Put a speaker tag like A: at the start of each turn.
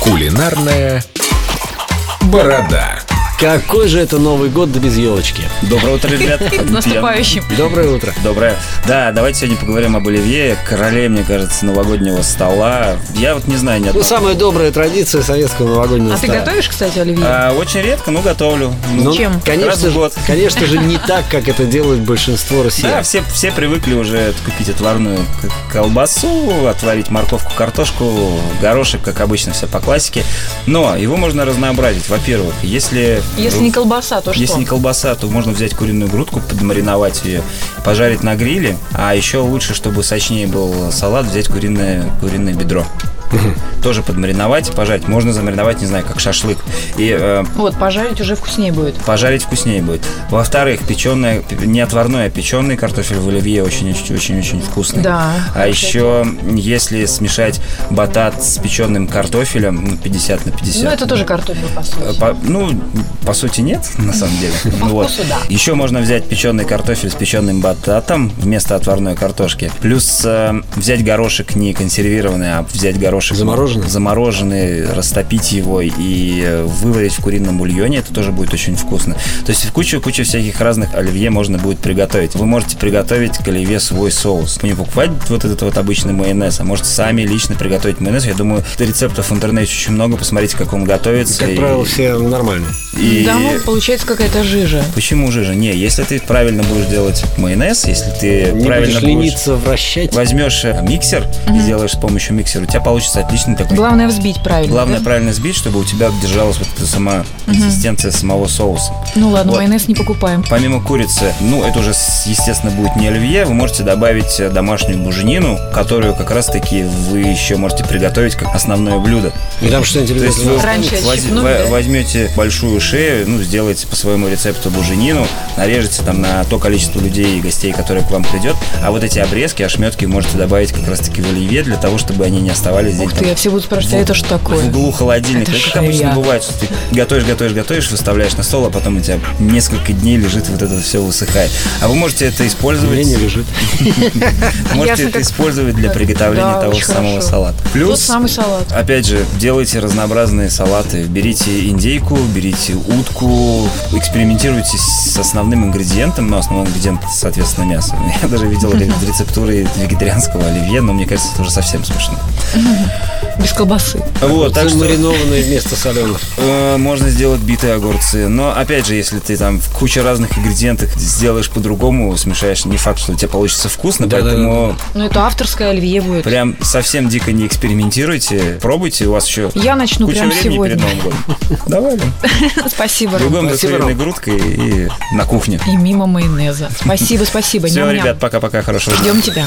A: Кулинарная борода.
B: Какой же это Новый год да без елочки?
C: Доброе утро, ребят.
D: С наступающим.
B: Доброе утро.
C: Я- Доброе. Да, давайте сегодня поговорим об Оливье, короле, мне кажется, новогоднего стола. Я вот не знаю ни
B: Ну,
C: одного.
B: самая добрая традиция советского новогоднего
D: А ты
B: стола.
D: готовишь, кстати, Оливье?
C: А, очень редко, но готовлю.
B: Ну,
D: Чем?
C: Раз
B: Конечно
C: в
B: же,
C: год.
B: конечно же, не так, как это делает большинство
C: Да,
B: россиян.
C: все, все привыкли уже купить отварную к- колбасу, отварить морковку, картошку, горошек, как обычно, все по классике. Но его можно разнообразить. Во-первых, если...
D: Если не колбаса, то
C: Если
D: что?
C: не колбаса, то можно взять куриную грудку, подмариновать ее, пожарить на гриле. А еще лучше, чтобы сочнее был салат, взять куриное, куриное бедро. Тоже подмариновать, пожарить. Можно замариновать, не знаю, как шашлык. И э,
D: Вот, пожарить уже вкуснее будет.
C: пожарить вкуснее будет. Во-вторых, печеное, не отварное, а печеный картофель в оливье очень-очень-очень вкусный.
D: Да.
C: А еще, если смешать батат с печеным картофелем, ну, 50 на 50.
D: Ну, это тоже картофель, по
C: Э,
D: сути.
C: по- ну, по сути, нет, на самом деле.
D: по
C: Вот.
D: вкусу да.
C: Еще можно взять печеный картофель с печеным бататом вместо отварной картошки. Плюс э, взять горошек не консервированный, а взять горошек
B: Замороженный?
C: замороженный, растопить его и э, выварить в курином бульоне. Это тоже будет очень вкусно. То есть кучу-кучу всяких разных оливье можно будет приготовить. Вы можете приготовить к оливье свой соус. Не покупать вот этот вот обычный майонез, а можете сами лично приготовить майонез. Я думаю, рецептов в интернете очень много. Посмотрите, как он готовится.
B: Как
C: и-
B: правило, все нормальные.
C: и
D: Да, ну, получается какая-то жижа.
C: почему же же? Не, если ты правильно будешь делать майонез, если ты
B: Не
C: правильно
B: будешь лениться, вращать.
C: возьмешь э, миксер и сделаешь с помощью миксера, у тебя получится отличный такой.
D: Главное взбить правильно.
C: Главное
D: да?
C: правильно сбить, чтобы у тебя держалась вот эта сама консистенция самого соуса.
D: Ну ладно,
C: Вот.
D: майонез не покупаем.
C: Помимо курицы, ну это уже, с- естественно, будет не оливье, вы можете добавить э, домашнюю буженину, которую как раз-таки вы еще можете приготовить как основное блюдо.
B: И там что-нибудь
C: То есть
B: обязательно
C: вы
D: Раньше
C: возь-
D: отщипнули,
C: во-
D: да?
C: возьмете большую шею, ну, сделаете по своему рецепту буженину, нарежете там на то количество людей и гостей, которые к вам придет, а вот эти обрезки, ошметки можете добавить как раз-таки в оливье для того, чтобы они не оставались здесь
D: Ух ты, я все буду спрашивать, а это что
C: в
D: такое?
C: углу холодильника.
D: Это
C: Это как обычно
D: шея.
C: бывает, что ты готовишь, готовишь, готовишь, выставляешь на стол, а потом у тебя несколько дней лежит вот это все высыхает. А вы можете это использовать,
B: лень лежит.
C: можете
D: Ясно,
C: это
D: как-
C: использовать для
D: как-
C: приготовления
D: да,
C: того
D: очень
C: же самого
D: хорошо.
C: салата.
D: Тот
C: Плюс
D: самый салат.
C: Опять же, делайте разнообразные салаты. Берите индейку, берите утку, экспериментируйте с основным ингредиентом, но основной ингредиент, соответственно, мясо. Я даже видел ре- рецептуры вегетарианского оливье, но мне кажется, это уже совсем смешно.
D: Без колбасы.
C: Вот, так что
B: Замаринованные вместо соленых.
C: э, можно сделать битые огурцы. Но, опять же, если ты там в куче разных ингредиентов сделаешь по-другому, смешаешь, не факт, что у тебя получится вкусно,
B: Да-да-да.
C: поэтому
D: Ну, это авторское оливье будет.
C: прям совсем дико не экспериментируйте, пробуйте, у вас еще
D: Я начну
C: куча
D: прямо
C: времени
D: Ну, сегодня.
C: перед Новым годом. Давай, Лен.
D: Спасибо, Ром.
C: Другом
B: Спасибо,
C: засыленной грудкой и на кухне.
D: И мимо майонеза. Спасибо, спасибо.
C: Все,
D: Ням-ням.
C: ребят, пока-пока, хорошего дня.
D: Ждем тебя.